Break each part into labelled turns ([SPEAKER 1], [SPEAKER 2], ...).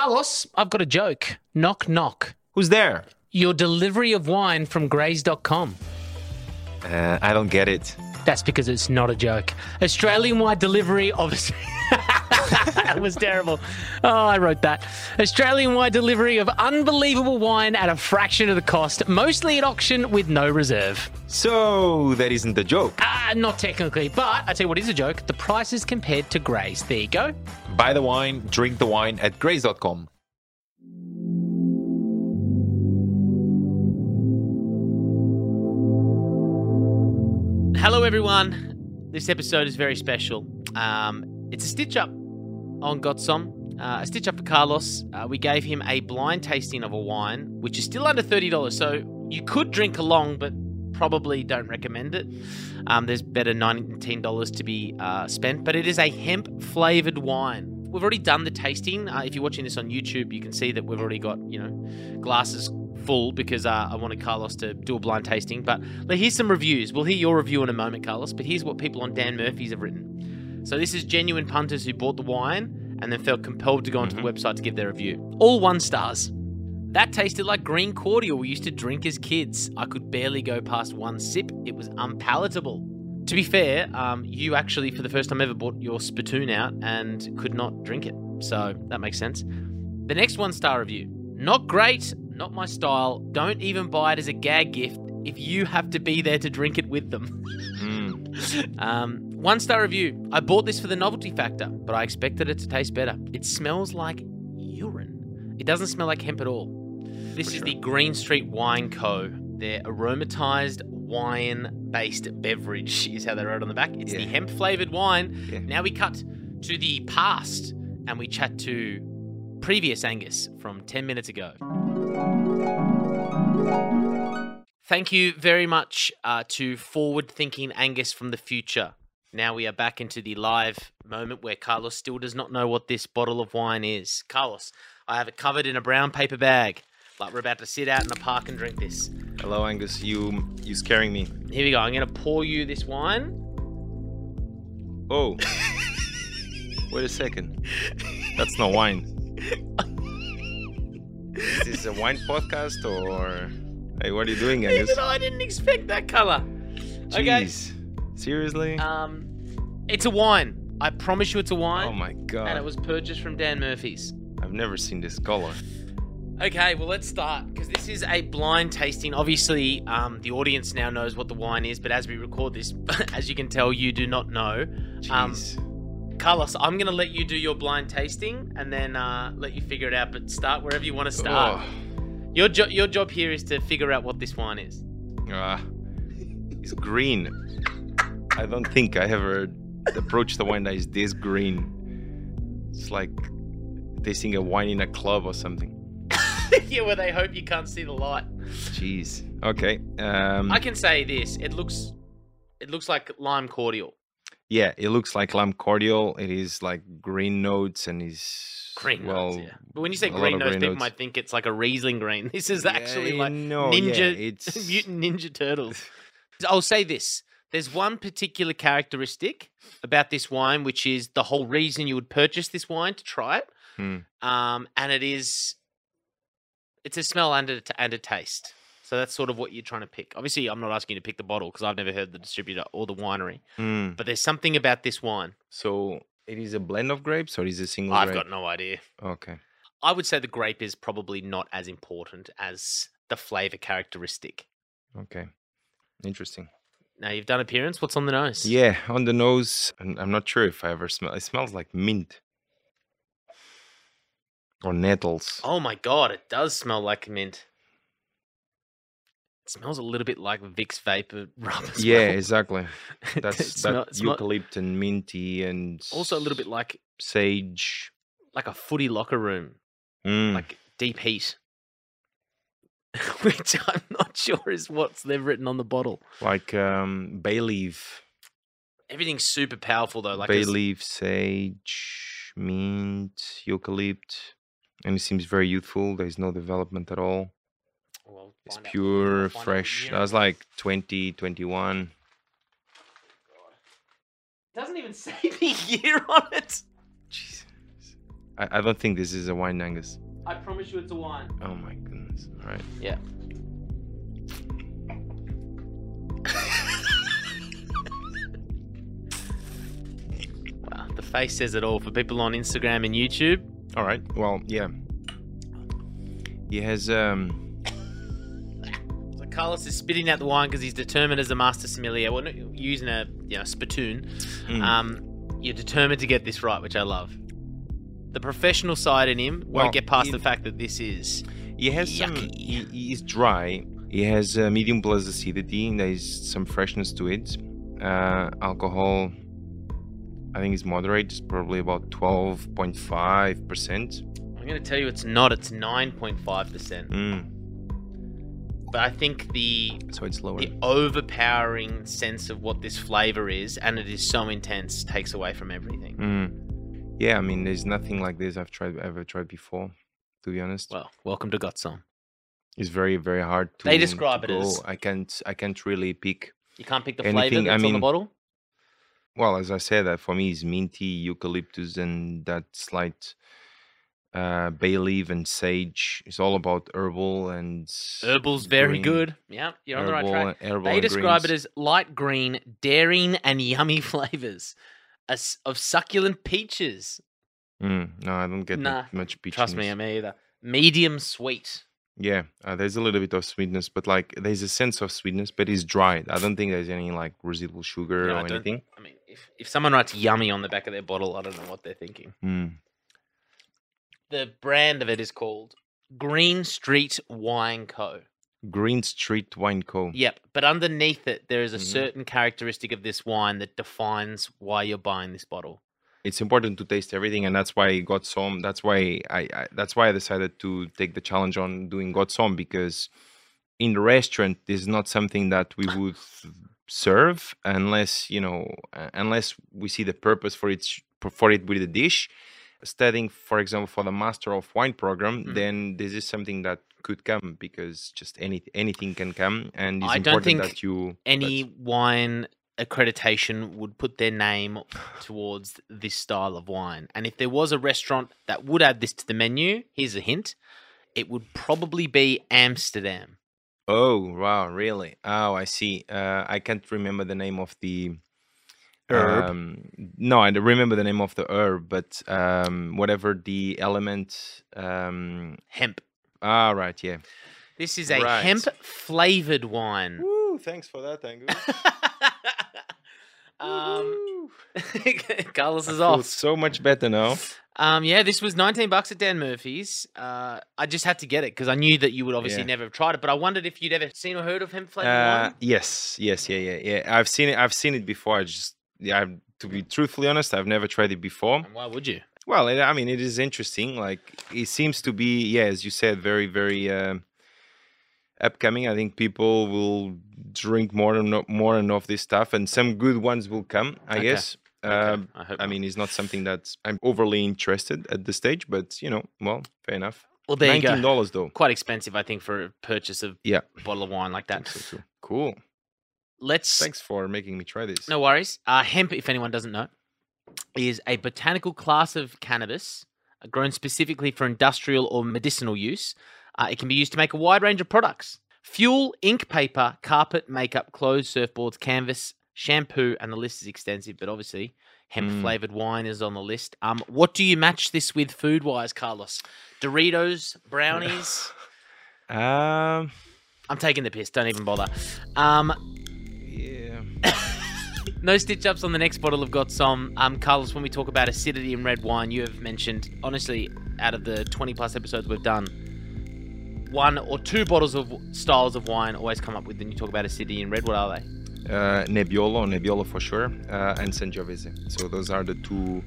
[SPEAKER 1] Carlos, I've got a joke. Knock, knock.
[SPEAKER 2] Who's there?
[SPEAKER 1] Your delivery of wine from Grays.com.
[SPEAKER 2] Uh, I don't get it.
[SPEAKER 1] That's because it's not a joke. Australian wide delivery of. that was terrible. Oh, I wrote that. Australian wide delivery of unbelievable wine at a fraction of the cost, mostly at auction with no reserve.
[SPEAKER 2] So that isn't the joke.
[SPEAKER 1] Ah, not technically, but I tell you what is a joke. The price is compared to Grays. There you go.
[SPEAKER 2] Buy the wine, drink the wine at grays.com.
[SPEAKER 3] Hello, everyone. This episode is very special. Um, it's a stitch up on Gotsom, uh, a stitch up for Carlos. Uh, we gave him a blind tasting of a wine, which is still under $30. So you could drink along, but probably don't recommend it. Um, there's better $19 to be uh, spent, but it is a hemp flavored wine. We've already done the tasting. Uh, if you're watching this on YouTube, you can see that we've already got, you know, glasses full because uh, I wanted Carlos to do a blind tasting. But like, here's some reviews. We'll hear your review in a moment, Carlos. But here's what people on Dan Murphy's have written. So this is genuine punters who bought the wine and then felt compelled to go onto the website to give their review. All one stars. That tasted like green cordial we used to drink as kids. I could barely go past one sip. It was unpalatable. To be fair, um, you actually, for the first time ever, bought your spittoon out and could not drink it. So that makes sense. The next one star review. Not great, not my style. Don't even buy it as a gag gift if you have to be there to drink it with them.
[SPEAKER 2] Mm.
[SPEAKER 3] Um, one star review. I bought this for the novelty factor, but I expected it to taste better. It smells like urine. It doesn't smell like hemp at all. This is the Green Street Wine Co. Their aromatized wine based beverage is how they wrote on the back. It's the
[SPEAKER 2] Yeah.
[SPEAKER 3] hemp flavored wine.
[SPEAKER 2] Yeah.
[SPEAKER 3] Now we cut to the past and we chat to previous Angus from 10 minutes ago. Thank you very much uh, to forward thinking Angus from the future. Now we are back into the live moment where Carlos still does not know what this bottle of wine is. Carlos, I have it covered in a brown paper bag. Like we're about to sit out in the park and drink this.
[SPEAKER 2] Hello, Angus. You you scaring me.
[SPEAKER 3] Here we go. I'm going to pour you this wine.
[SPEAKER 2] Oh. Wait a second. That's not wine. is this a wine podcast or hey, what are you doing, Angus?
[SPEAKER 3] Even I didn't expect that color. Okay.
[SPEAKER 2] Jeez. Seriously?
[SPEAKER 3] Um, it's a wine. I promise you it's a wine.
[SPEAKER 2] oh my
[SPEAKER 3] and
[SPEAKER 2] god.
[SPEAKER 3] it was purchased from Dan Murphy's.
[SPEAKER 2] I've never seen this color.
[SPEAKER 3] Okay, well, let's start because this is a blind tasting. Obviously, um, the audience now knows what the wine is, but as we record this, as you can tell, you do not know. Um,
[SPEAKER 2] Jeez.
[SPEAKER 3] Carlos, I'm going to let you do your blind tasting and then uh, let you figure it out, but start wherever you want to start.
[SPEAKER 2] Oh.
[SPEAKER 3] Your, jo- your job here is to figure out what this wine is.
[SPEAKER 2] Ah, it's green. I don't think I ever approached the wine that is this green. It's like tasting a wine in a club or something.
[SPEAKER 3] yeah, where they hope you can't see the light.
[SPEAKER 2] Jeez. Okay. Um,
[SPEAKER 3] I can say this it looks. It looks like lime cordial.
[SPEAKER 2] yeah, it looks like lime cordial. It is like green notes and is
[SPEAKER 3] Green
[SPEAKER 2] well,
[SPEAKER 3] notes, yeah. But when you say
[SPEAKER 2] a lot
[SPEAKER 3] green
[SPEAKER 2] of
[SPEAKER 3] notes,
[SPEAKER 2] green
[SPEAKER 3] people
[SPEAKER 2] notes.
[SPEAKER 3] might think it's like a Riesling green. This is
[SPEAKER 2] yeah,
[SPEAKER 3] actually
[SPEAKER 2] you
[SPEAKER 3] like
[SPEAKER 2] know, Oh, yeah,
[SPEAKER 3] ninja
[SPEAKER 2] it's
[SPEAKER 3] mutant ninja turtles. I'll say this. There's one particular characteristic about this wine, which is the whole reason you would purchase this wine to try it.
[SPEAKER 2] Hmm.
[SPEAKER 3] Um, and it is, it's a smell and a, t- and a taste. So that's sort of what you're trying to pick. Obviously, I'm not asking you to pick the bottle because I've never heard the distributor or the winery.
[SPEAKER 2] Hmm.
[SPEAKER 3] But there's something about this wine.
[SPEAKER 2] So it is a blend of grapes or is it a single
[SPEAKER 3] I've
[SPEAKER 2] grape?
[SPEAKER 3] got no idea.
[SPEAKER 2] Okay.
[SPEAKER 3] I would say the grape is probably not as important as the flavor characteristic.
[SPEAKER 2] Okay. Interesting.
[SPEAKER 3] Now you've done appearance. What's on the nose?
[SPEAKER 2] Yeah, on the nose. I'm, I'm not sure if I ever smell. It smells like mint or nettles.
[SPEAKER 3] Oh my god, it does smell like mint. It smells a little bit like Vicks vapor rub. As
[SPEAKER 2] yeah,
[SPEAKER 3] well.
[SPEAKER 2] exactly.
[SPEAKER 3] It
[SPEAKER 2] That's
[SPEAKER 3] smell-
[SPEAKER 2] that
[SPEAKER 3] it smell-
[SPEAKER 2] eucalypt and minty and
[SPEAKER 3] also a little bit like
[SPEAKER 2] sage.
[SPEAKER 3] like a footy locker room,
[SPEAKER 2] Mm.
[SPEAKER 3] like deep heat, which I'm not sure is what's they've written on the bottle.
[SPEAKER 2] like um, bay leaf,
[SPEAKER 3] Everything's super powerful though. Uh, Like
[SPEAKER 2] bay
[SPEAKER 3] it's-
[SPEAKER 2] leaf, sage, mint, eucalypt, and it seems very youthful. There is no development at all.
[SPEAKER 3] Well,
[SPEAKER 2] It's
[SPEAKER 3] find out.
[SPEAKER 2] pure,
[SPEAKER 3] find out
[SPEAKER 2] fresh.
[SPEAKER 3] year
[SPEAKER 2] That
[SPEAKER 3] it
[SPEAKER 2] was like 20, 21.
[SPEAKER 3] It doesn't even say the year on it.
[SPEAKER 2] Jeez. I, I don't think this is a wine Angus.
[SPEAKER 3] I promise you it's a wine.
[SPEAKER 2] Oh my goodness. All right.
[SPEAKER 3] Yeah. Wow, the face says it all for people on Instagram and YouTube.
[SPEAKER 2] All right. Well, yeah. He has um
[SPEAKER 3] So Carlos is spitting out the wine because he's determined as a master sommelier. Well, not using a you know spittoon.
[SPEAKER 2] mm,
[SPEAKER 3] Um, you're determined to get this right, which I love. The professional side in him
[SPEAKER 2] Well,
[SPEAKER 3] won't get past
[SPEAKER 2] he-
[SPEAKER 3] the fact that this is
[SPEAKER 2] he has some
[SPEAKER 3] yucky.
[SPEAKER 2] he, he is dry. He has uh, medium plus acidity and there is some freshness to it. Uh alcohol I think it's moderate, it's probably about 12.5%.
[SPEAKER 3] I'm going to tell you it's not. It's 9.5%.
[SPEAKER 2] Mm,
[SPEAKER 3] But I think the
[SPEAKER 2] so it's lower.
[SPEAKER 3] the overpowering sense of what this flavor is, and it is so intense, takes away from everything.
[SPEAKER 2] Mm. Yeah, I mean, there's nothing like this I've tried ever tried before. To be honest,
[SPEAKER 3] Well, welcome to Gotsong.
[SPEAKER 2] it's very very hard to.
[SPEAKER 3] They describe
[SPEAKER 2] to
[SPEAKER 3] it as-
[SPEAKER 2] go. I can't I can't really pick.
[SPEAKER 3] You can't pick the flavor
[SPEAKER 2] Anything-
[SPEAKER 3] that's
[SPEAKER 2] I
[SPEAKER 3] on the
[SPEAKER 2] mean-
[SPEAKER 3] bottle.
[SPEAKER 2] Well, as I said, that for me is minty, eucalyptus, and that slight uh, bay leaf and sage. It's all about herbal and
[SPEAKER 3] Herbal's very
[SPEAKER 2] green.
[SPEAKER 3] good. Yeah, you're on the right
[SPEAKER 2] herbal,
[SPEAKER 3] track.
[SPEAKER 2] Herbal
[SPEAKER 3] They
[SPEAKER 2] and
[SPEAKER 3] describe it
[SPEAKER 2] greens.
[SPEAKER 3] as light green, daring, and yummy flavors as- of succulent peaches.
[SPEAKER 2] Mm, no, I don't get that much peach.
[SPEAKER 3] Trust me, I'm either medium sweet.
[SPEAKER 2] Yeah, uh, there's a little bit of sweetness, but like there's a sense of sweetness, but it's dry. I don't think there's any like residual sugar
[SPEAKER 3] No, I
[SPEAKER 2] or
[SPEAKER 3] don't-
[SPEAKER 2] anything.
[SPEAKER 3] I mean, if, if someone writes yummy on the back of their bottle, I don't know what they're thinking.
[SPEAKER 2] Mm.
[SPEAKER 3] The brand of it is called Green Street Wine Co.
[SPEAKER 2] Green Street Wine Co.
[SPEAKER 3] Yep, but underneath it, there is a
[SPEAKER 2] Mhm.
[SPEAKER 3] certain characteristic of this wine that defines why you're buying this bottle.
[SPEAKER 2] It's important to taste everything, and that's why I got some. That's why I, I. That's why I decided to take the challenge on doing got some because in the restaurant this is not something that we would serve unless you know uh, unless we see the purpose for it for it with the dish. Studying, for example, for the Master of Wine program,
[SPEAKER 3] Mhm.
[SPEAKER 2] then this is something that could come because just any anything can come, and it's
[SPEAKER 3] I don't
[SPEAKER 2] important
[SPEAKER 3] think
[SPEAKER 2] that you that-
[SPEAKER 3] Any wine accreditation would put their name towards this style of wine. And if there was a restaurant that would add this to the menu, here's a hint it would probably be Amsterdam.
[SPEAKER 2] Oh wow, really? Oh, I see. Uh, I can't remember the name of the
[SPEAKER 3] Herb.
[SPEAKER 2] Um, no, I don't remember the name of the herb, but um, whatever the element. Um,
[SPEAKER 3] Hemp.
[SPEAKER 2] ah, right, yeah.
[SPEAKER 3] This is a
[SPEAKER 2] Right.
[SPEAKER 3] hemp flavored wine.
[SPEAKER 2] Woo! Thanks for that, Angus.
[SPEAKER 3] um, Carlos is
[SPEAKER 2] I feel
[SPEAKER 3] off.
[SPEAKER 2] so much better now.
[SPEAKER 3] Um, yeah, this was 19 bucks at Dan Murphy's. Uh, I just had to get it because I knew that you would obviously
[SPEAKER 2] Yeah.
[SPEAKER 3] never have tried it, but I wondered if you'd ever seen or heard of hemp flavored
[SPEAKER 2] Uh,
[SPEAKER 3] wine.
[SPEAKER 2] yes, yes, yeah, yeah, yeah. I've seen it. I've seen it before. I just, yeah. I've, to be truthfully honest, I've never tried it before.
[SPEAKER 3] And why would you?
[SPEAKER 2] Well, it, I mean, it is interesting. Like, it seems to be, yeah, as you said, very, very um upcoming. I think people will drink more and no- more and of this stuff, and some good ones will come, I
[SPEAKER 3] Okay.
[SPEAKER 2] guess.
[SPEAKER 3] Okay,
[SPEAKER 2] Um,
[SPEAKER 3] I, hope
[SPEAKER 2] I
[SPEAKER 3] not.
[SPEAKER 2] mean, it's not something that I'm overly interested at this stage, but you know, well, fair enough.
[SPEAKER 3] well, there you
[SPEAKER 2] Nineteen
[SPEAKER 3] go.
[SPEAKER 2] dollars though.
[SPEAKER 3] Quite expensive, I think, for a purchase of
[SPEAKER 2] Yeah.
[SPEAKER 3] a bottle of wine like
[SPEAKER 2] I think
[SPEAKER 3] that.
[SPEAKER 2] so too. Cool.
[SPEAKER 3] Let's.
[SPEAKER 2] Thanks for making me try this.
[SPEAKER 3] No worries. Uh, hemp, if anyone doesn't know, is a botanical class of cannabis uh, grown specifically for industrial or medicinal use. Uh, it can be used to make a wide range of products fuel, ink, paper, carpet, makeup, clothes, surfboards, canvas, shampoo, and the list is extensive. But obviously, hemp
[SPEAKER 2] Mm.
[SPEAKER 3] flavored wine is on the list. Um, what do you match this with food wise, Carlos? Doritos, brownies?
[SPEAKER 2] Um.
[SPEAKER 3] I'm taking the piss. Don't even bother. Um,
[SPEAKER 2] Yeah.
[SPEAKER 3] No stitch ups on the next bottle of Got Some. Um, Carlos, when we talk about acidity in red wine, you have mentioned, honestly, out of the 20 plus episodes we've done, one or two bottles of styles of wine always come up with when you talk about acidity in red. What are they?
[SPEAKER 2] uh, Nebbiolo, Nebbiolo for sure, uh, and Sangiovese. So those are the two,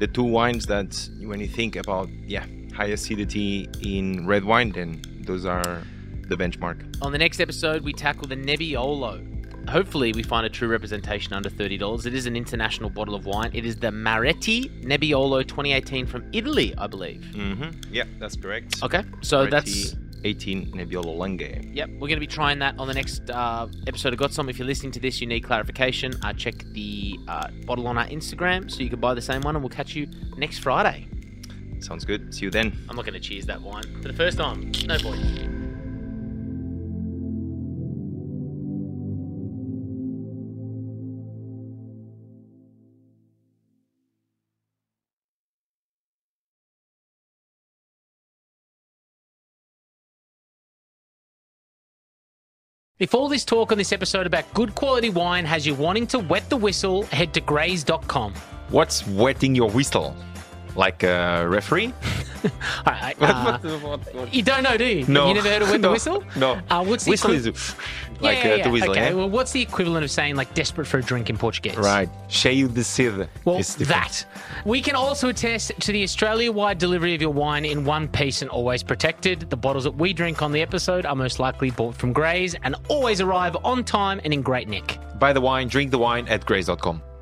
[SPEAKER 2] the two wines that when you think about yeah high acidity in red wine, then those are the benchmark.
[SPEAKER 3] On the next episode, we tackle the Nebbiolo. Hopefully, we find a true representation under $30. It is an international bottle of wine. It is the Maretti Nebbiolo 2018 from Italy, I believe.
[SPEAKER 2] Mm-hmm. Yeah, that's correct.
[SPEAKER 3] Okay, so that's.
[SPEAKER 2] 18 Nebbiolo Lange.
[SPEAKER 3] Yep, we're going to be trying that on the next uh, episode of Got Some. If you're listening to this, you need clarification. Uh, check the uh, bottle on our Instagram so you can buy the same one, and we'll catch you next Friday.
[SPEAKER 2] Sounds good. See you then.
[SPEAKER 4] I'm not going to cheers that wine. For the first time, no boy.
[SPEAKER 3] If all this talk on this episode about good quality wine has you wanting to wet the whistle, head to grays.com.
[SPEAKER 2] What's wetting your whistle? Like a referee?
[SPEAKER 3] All right, uh, you don't know, do you?
[SPEAKER 2] No.
[SPEAKER 3] You never heard of wet
[SPEAKER 2] No.
[SPEAKER 3] the whistle?
[SPEAKER 2] No.
[SPEAKER 3] Uh, what's the
[SPEAKER 2] whistle
[SPEAKER 3] equi-
[SPEAKER 2] is like
[SPEAKER 3] yeah,
[SPEAKER 2] uh,
[SPEAKER 3] yeah,
[SPEAKER 2] to
[SPEAKER 3] yeah.
[SPEAKER 2] whistle,
[SPEAKER 3] okay,
[SPEAKER 2] yeah?
[SPEAKER 3] well, what's the equivalent of saying like desperate for a drink in Portuguese?
[SPEAKER 2] Right. Cheio de sede.
[SPEAKER 3] Well,
[SPEAKER 2] is different.
[SPEAKER 3] that. We can also attest to the Australia wide delivery of your wine in one piece and always protected. The bottles that we drink on the episode are most likely bought from Grays and always arrive on time and in great nick.
[SPEAKER 2] Buy the wine, drink the wine at grace.com.